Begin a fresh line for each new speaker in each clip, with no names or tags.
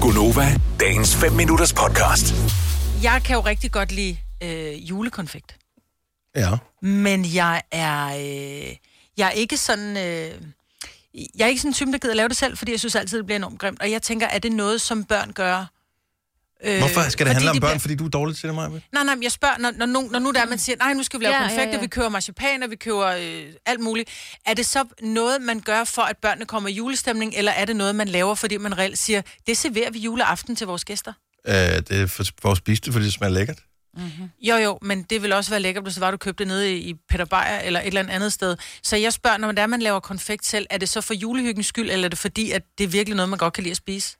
Gunova, dagens 5 minutters podcast.
Jeg kan jo rigtig godt lide øh, julekonfekt,
Ja.
men jeg er, øh, jeg er ikke sådan... Øh, jeg er ikke sådan en type, der gider at lave det selv, fordi jeg synes altid, det bliver enormt grimt. Og jeg tænker, er det noget, som børn gør? Øh,
Hvorfor skal
fordi
det handle om
de
børn?
bliver-
Fordi du er dårlig til det, Maja?
Nej, nej, men jeg spørger, når, når, nu, når nu der er, man siger, nej, nu skal vi lave
Ja,
ja,
ja,
konfekter, ja, ja.
ja.
vi køber marcipaner, vi køber øh, alt muligt. Er det så noget, man gør for, at børnene kommer i julestemning, eller er det noget, man laver, fordi man reelt siger, det serverer vi juleaften til vores gæster?
Øh, det er for, for at spise det, fordi det smager lækkert.
Jo, jo, men det vil også være lækkert, hvis det var, du købte det nede i i Peter Beyer eller et eller andet andet sted. Så jeg spørger, når man, der, man laver konfekt selv, er det så for julehyggens skyld, eller er det fordi, at det er virkelig noget, man godt kan lide at spise?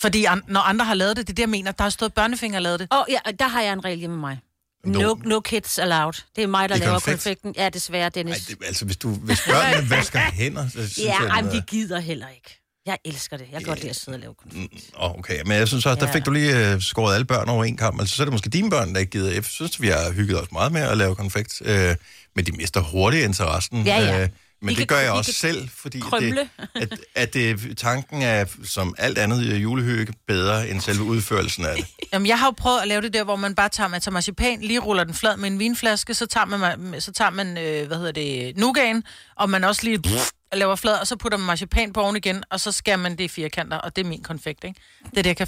Fordi an- når andre har lavet det, det er det, jeg mener. Der har stået børnefinger og lavet det.
Og ja, og der har jeg en regel hjemme med mig.
Nå.
No, no kids allowed. Det er mig, der
I
laver
konfekt?
konfekten. Ja, desværre,
Ej,
Dennis. Ej,
det, altså, hvis, du, hvis børnene vasker hænder, så synes
ja,
jeg...
ej, men
det...
de
er-
gider heller ikke. Jeg elsker det. Jeg kan godt lide at sidde og lave konfekt.
Mm. Åh, okay, men jeg synes også, der
Ja.
fik du lige øh, skåret alle børn over en kamp. Altså, så er det måske dine børn, der ikke gider. Jeg synes, vi har hygget os meget med at lave konfekt, øh, men de mister hurtigt interessen.
Ja, ja.
Øh, men
De
det
kan-
gør jeg
de
også
kan
selv, fordi det,
krømle.
at, at det, tanken er, som alt andet i julehygge, bedre end selve udførelsen af det.
Jamen, jeg har jo prøvet at lave det der, hvor man bare tager, man tager marcipan, lige ruller den flad med en vinflaske, så tager man, så tager man øh, hvad hedder det, nougaen, og man også lige pff, laver flad, og så putter man marcipan på oven igen, og så skærer man det i firkanter, og det er min konfekt, ikke? Det er det, jeg kan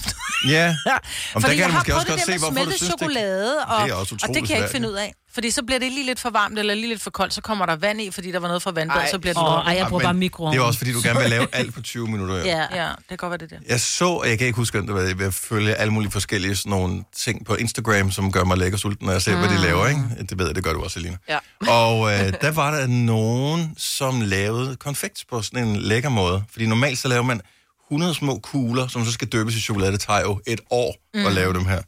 Ja,
Ja,
Om
Om fordi
der kan
jeg
jeg
har
måske
prøvet
også
det
godt se,
der med
hvorfor du
smeltet
synes, det-
chokolade, og
Det er også
og det kan jeg
utroligt
ikke finde ud af. Fordi så bliver det lige lidt for varmt eller lige lidt for koldt, så kommer der vand i, fordi der var noget fra vandbad, så bliver det
Åh,
oh,
ej, jeg bruger
men
bare mikroovnen.
Det er også, fordi du gerne vil lave alt på 20 minutter. jo.
Ja. ja.
Ja, det kan godt være det der.
Jeg så, og jeg kan ikke huske, hvem det var, jeg vil følge alle mulige forskellige sådan nogle ting på Instagram, som gør mig lækker sulten, når jeg ser, mm. hvad
Ah.
de laver, ikke? Det ved jeg, det gør du også, Alina.
Ja.
Og øh, der var der nogen, som lavede konfekt på sådan en lækker måde. Fordi normalt så laver man 100 små kugler, som så skal døbes i chokolade. Det tager jo et år mm. at lave dem her.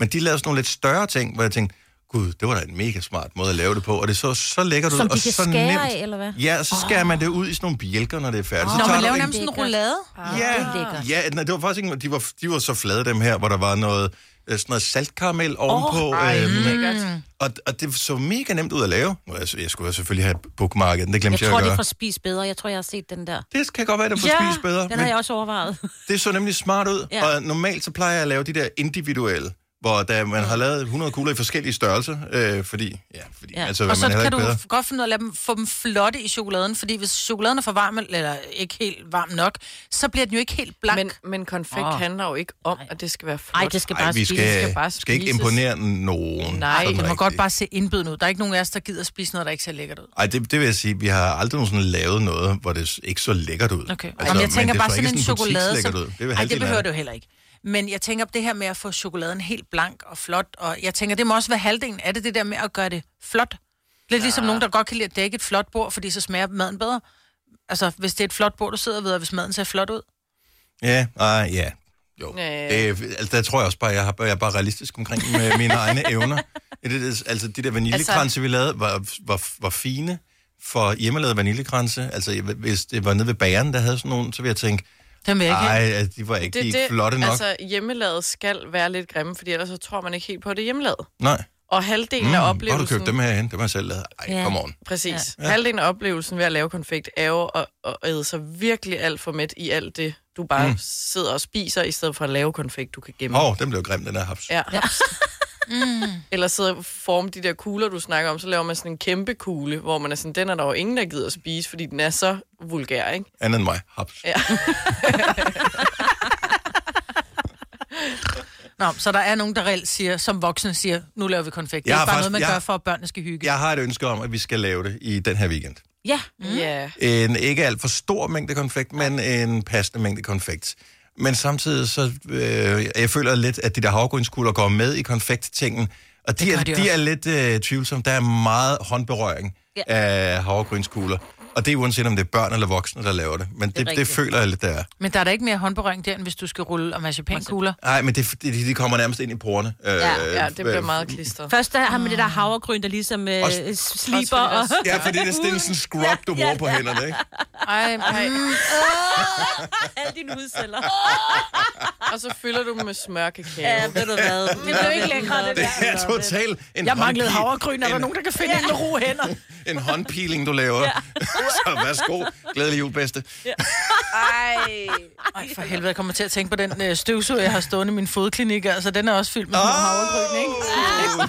Men de lavede sådan nogle lidt større ting, hvor jeg tænkte, gud, det var da en mega smart måde at lave det på, og det så så lækkert ud,
Som de
og
kan
så
skære
nemt.
af, eller hvad? Ah.
Ja, og så skærer oh. man det ud i sådan nogle bjælker, når det er færdigt. Oh.
Når man laver
en
nærmest sådan en roulade.
Ja,
Ah. det er lækkert.
ja nej, det var faktisk ikke, de var, de var så flade dem her, hvor der var noget, øh, sådan noget saltkaramel ovenpå. Oh, øhm, og, og det så mega nemt ud at lave. Nå, altså, jeg skulle jo selvfølgelig have bookmarket den, det
Jeg
glemte jeg,
tror,
at
det
gøre.
er fra Spis Bedre. Jeg tror, jeg har set den der.
Det kan godt være, det får ja, spist bedre.
den har jeg også overvejet.
Det så nemlig smart ud, ja.
Ja.
og normalt så plejer jeg at lave de der individuelle, hvor da man har lavet 100 kugler i forskellige størrelser, øh, fordi, ja, fordi ja.
Ja.
altså,
Og så
man er heller
kan
ikke
du
bedre.
godt finde ud af at lade dem, få dem flotte i chokoladen, fordi hvis chokoladen er for varm, eller ikke helt varm nok, så bliver den jo ikke helt blank.
Men,
Men,
men konfekt
Åh.
handler jo ikke om, at det skal være flot.
Nej, det skal
Ej,
bare
vi
spises.
skal,
skal bare
skal ikke
spises.
imponere nogen.
Nej,
sådan
det
det må
rigtigt.
godt bare se indbydende ud. Der er ikke nogen af os, der gider at spise noget, der ikke ser lækkert ud.
Ej, det, det vil jeg sige, vi har aldrig nogensinde lavet noget, hvor det s- ikke så lækkert ud.
Okay. Altså, Jamen, jeg tænker
det
bare
så
sådan
ikke
en chokolade.
butikslækkert
Som...
ud. Det, er
Det, Ej, det
halvdelen af
behøver det jo heller ikke. Men jeg tænker det her med at få chokoladen helt blank og flot, og jeg tænker, det må også være halvdelen af det, det der med at gøre det flot. Lidt ligesom nogen, der godt kan lide at dække et flot bord, fordi så smager maden bedre. Altså, hvis det er et flot bord, du sidder ved, og hvis maden ser flot ud.
Ja, nej, ja. Jo.
Næh.
Øh.
Det, er- altså, der tror jeg også bare, jeg, har, jeg er bare realistisk omkring med mine egne evner. Det, det, altså, de der vaniljekranse, altså... vi lavede, var, var, var fine for hjemmelavet vaniljekranse. Altså, jeg- hvis det var nede ved bageren, der havde sådan nogen, så ville jeg tænke,
Den vil jeg ikke have.
nej, altså, de var ikke
det,
det,
det,
flotte nok. Altså...
Altså, hjemmelavet skal være lidt grimme, fordi ellers så tror man ikke helt på at det er hjemmelavet.
Nej.
Og halvdelen
Mm,
af
hvor har du
oplevelsen...
købt dem herhen? Det var jeg selv lavet. Ej,
Ja.
ja. come on.
Præcis. Ja. Halvdelen af oplevelsen ved at lave konfekt er jo at, at æde sig virkelig alt for mæt i alt det, du bare mm. sidder og spiser, i stedet for at lave konfekt, du kan gemme.
Åh, oh, den blev grim, den der haps.
Ja. ja. mm. Eller sidde og forme de der kugler, du snakker om, så laver man sådan en kæmpe kugle, hvor man er sådan, den er der jo ingen, der gider at spise, fordi den er så vulgær, ikke?
Andet end mig, haps.
Nå, så der er nogen, der reelt siger, som voksne siger, nu laver vi konfekt. Det
Jeg
er
har
ikke bare
faktisk-
noget, man
jeg-
gør for, at børnene skal hygge.
Jeg har et ønske om, at vi skal lave det i den her weekend.
Ja,
Mm. Ja.
En ikke alt for stor mængde konfekt, men en passende mængde konfekt. Men samtidig så, øh, jeg føler lidt, at de der havgrynskugler går med i konfekttingen, og de,
Det
er,
gør de
de
også.
er lidt øh, tvivlsomme. Der er meget håndberøring ja.
Ja.
af havregrynskugler. Og det er uanset, om det er børn eller voksne, der laver det. Men det, det, det
rigtigt.
føler jeg lidt, der er.
Men der er da ikke mere håndberøring der, end hvis du skal rulle og marcipankugler.
Nej, men det, er fordi, de kommer nærmest ind i porerne. Øh,
ja, det bliver
øh,
meget klistret.
først der har man det der havregryn, der ligesom øh,
Også-
sliber.
også fordi der
Og...
er
Ja, fordi det er sådan en scrub, du bruger på hænderne, ikke?
Ej, nej.
Mm.
Alle dine hudceller.
Og så fylder du dem med smørkakao.
Ja, ved du hvad. Det blev ikke lækre, det
Det er totalt en
Jeg manglede
håndpil-
havregryn, er der
en-
nogen, der kan finde en med ro hænder?
En håndpeeling, du laver. Ja. Så værsgo. Glædelig jul, bedste.
Ej.
Ej, for helvede, jeg kommer til at tænke på den øh, støvsuger, jeg har stående i min fodklinik. Altså, den er også fyldt med oh! havregryn, ikke?